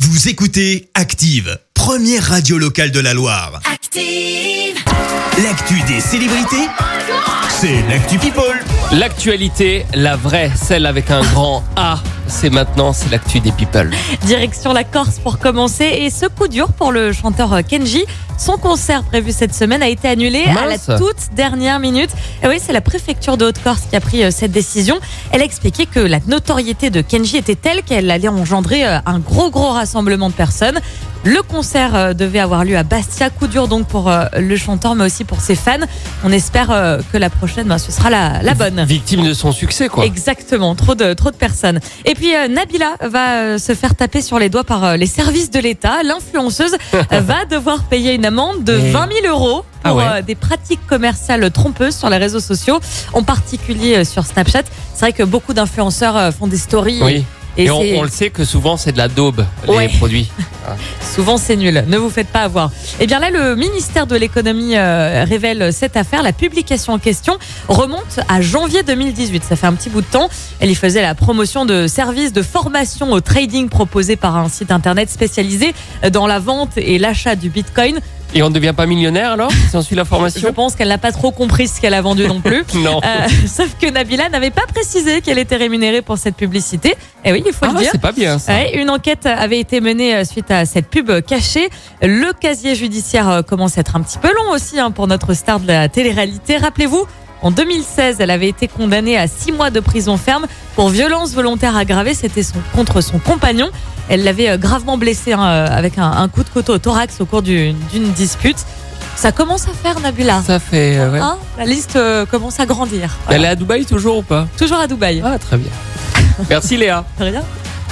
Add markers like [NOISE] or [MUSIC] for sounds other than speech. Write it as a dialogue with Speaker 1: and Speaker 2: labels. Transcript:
Speaker 1: Vous écoutez Active, première radio locale de la Loire.
Speaker 2: Active.
Speaker 1: L'actu des célébrités, c'est l'actu People.
Speaker 3: L'actualité, la vraie, celle avec un grand A, c'est maintenant, c'est l'actu des people.
Speaker 2: Direction la Corse pour commencer. Et ce coup dur pour le chanteur Kenji. Son concert prévu cette semaine a été annulé à la
Speaker 3: Mince.
Speaker 2: toute dernière minute. Et oui, c'est la préfecture de Haute-Corse qui a pris euh, cette décision. Elle a expliqué que la notoriété de Kenji était telle qu'elle allait engendrer euh, un gros, gros rassemblement de personnes. Le concert euh, devait avoir lieu à Bastia. Coup dur donc pour euh, le chanteur, mais aussi pour ses fans. On espère euh, que la prochaine, ben, ce sera la, la bonne.
Speaker 3: Victime de son succès, quoi.
Speaker 2: Exactement, trop de, trop de personnes. Et puis euh, Nabila va euh, se faire taper sur les doigts par euh, les services de l'État.
Speaker 3: [LAUGHS]
Speaker 2: L'influenceuse euh, va devoir payer une amende de
Speaker 3: Et-
Speaker 2: 20 000 euros pour
Speaker 3: Ah ouais.
Speaker 2: euh, des pratiques commerciales trompeuses sur les réseaux sociaux, en particulier euh, sur Snapchat. C'est vrai que beaucoup d'influenceurs euh, font des stories.
Speaker 3: Oui. Et, on,
Speaker 2: c'est-
Speaker 3: on le sait que souvent, c'est de la daube,
Speaker 2: Ouais.
Speaker 3: les produits.
Speaker 2: Souvent, c'est nul. Ne vous faites pas avoir. Eh bien là, le ministère de l'économie euh, révèle cette affaire. La publication en question remonte à janvier 2018. Ça fait un petit bout de temps. Elle y faisait la promotion de services de formation au trading proposés par un site internet spécialisé dans la vente et l'achat du Bitcoin.
Speaker 3: Et on ne devient pas millionnaire, alors Si on suit la
Speaker 2: Je [LAUGHS]
Speaker 3: formation
Speaker 2: pense qu'elle n'a pas trop compris ce qu'elle a vendu non plus.
Speaker 3: Non.
Speaker 2: Euh, sauf que Nabila n'avait pas précisé qu'elle était rémunérée pour cette publicité. Et oui, il faut
Speaker 3: Ah,
Speaker 2: le dire.
Speaker 3: c'est pas bien, ça.
Speaker 2: Ouais, une enquête avait été menée euh, suite à cette pub euh, cachée. Le casier judiciaire euh, commence à être un petit peu long aussi hein, pour notre star de la télé-réalité. Rappelez-vous, en 2016, elle avait été condamnée à six mois de prison ferme pour violence volontaire aggravée. C'était son- contre son compagnon. Elle l'avait euh, gravement blessé hein, euh, avec un, un coup de couteau au thorax au cours du- d'une dispute. Ça commence à faire, Nabula.
Speaker 3: Ça fait... euh, ouais.
Speaker 2: Hein la liste euh, commence à grandir.
Speaker 3: Elle est à Dubaï toujours ou pas
Speaker 2: Toujours à Dubaï.
Speaker 3: Ah, très bien. Merci, Léa.
Speaker 2: Rien.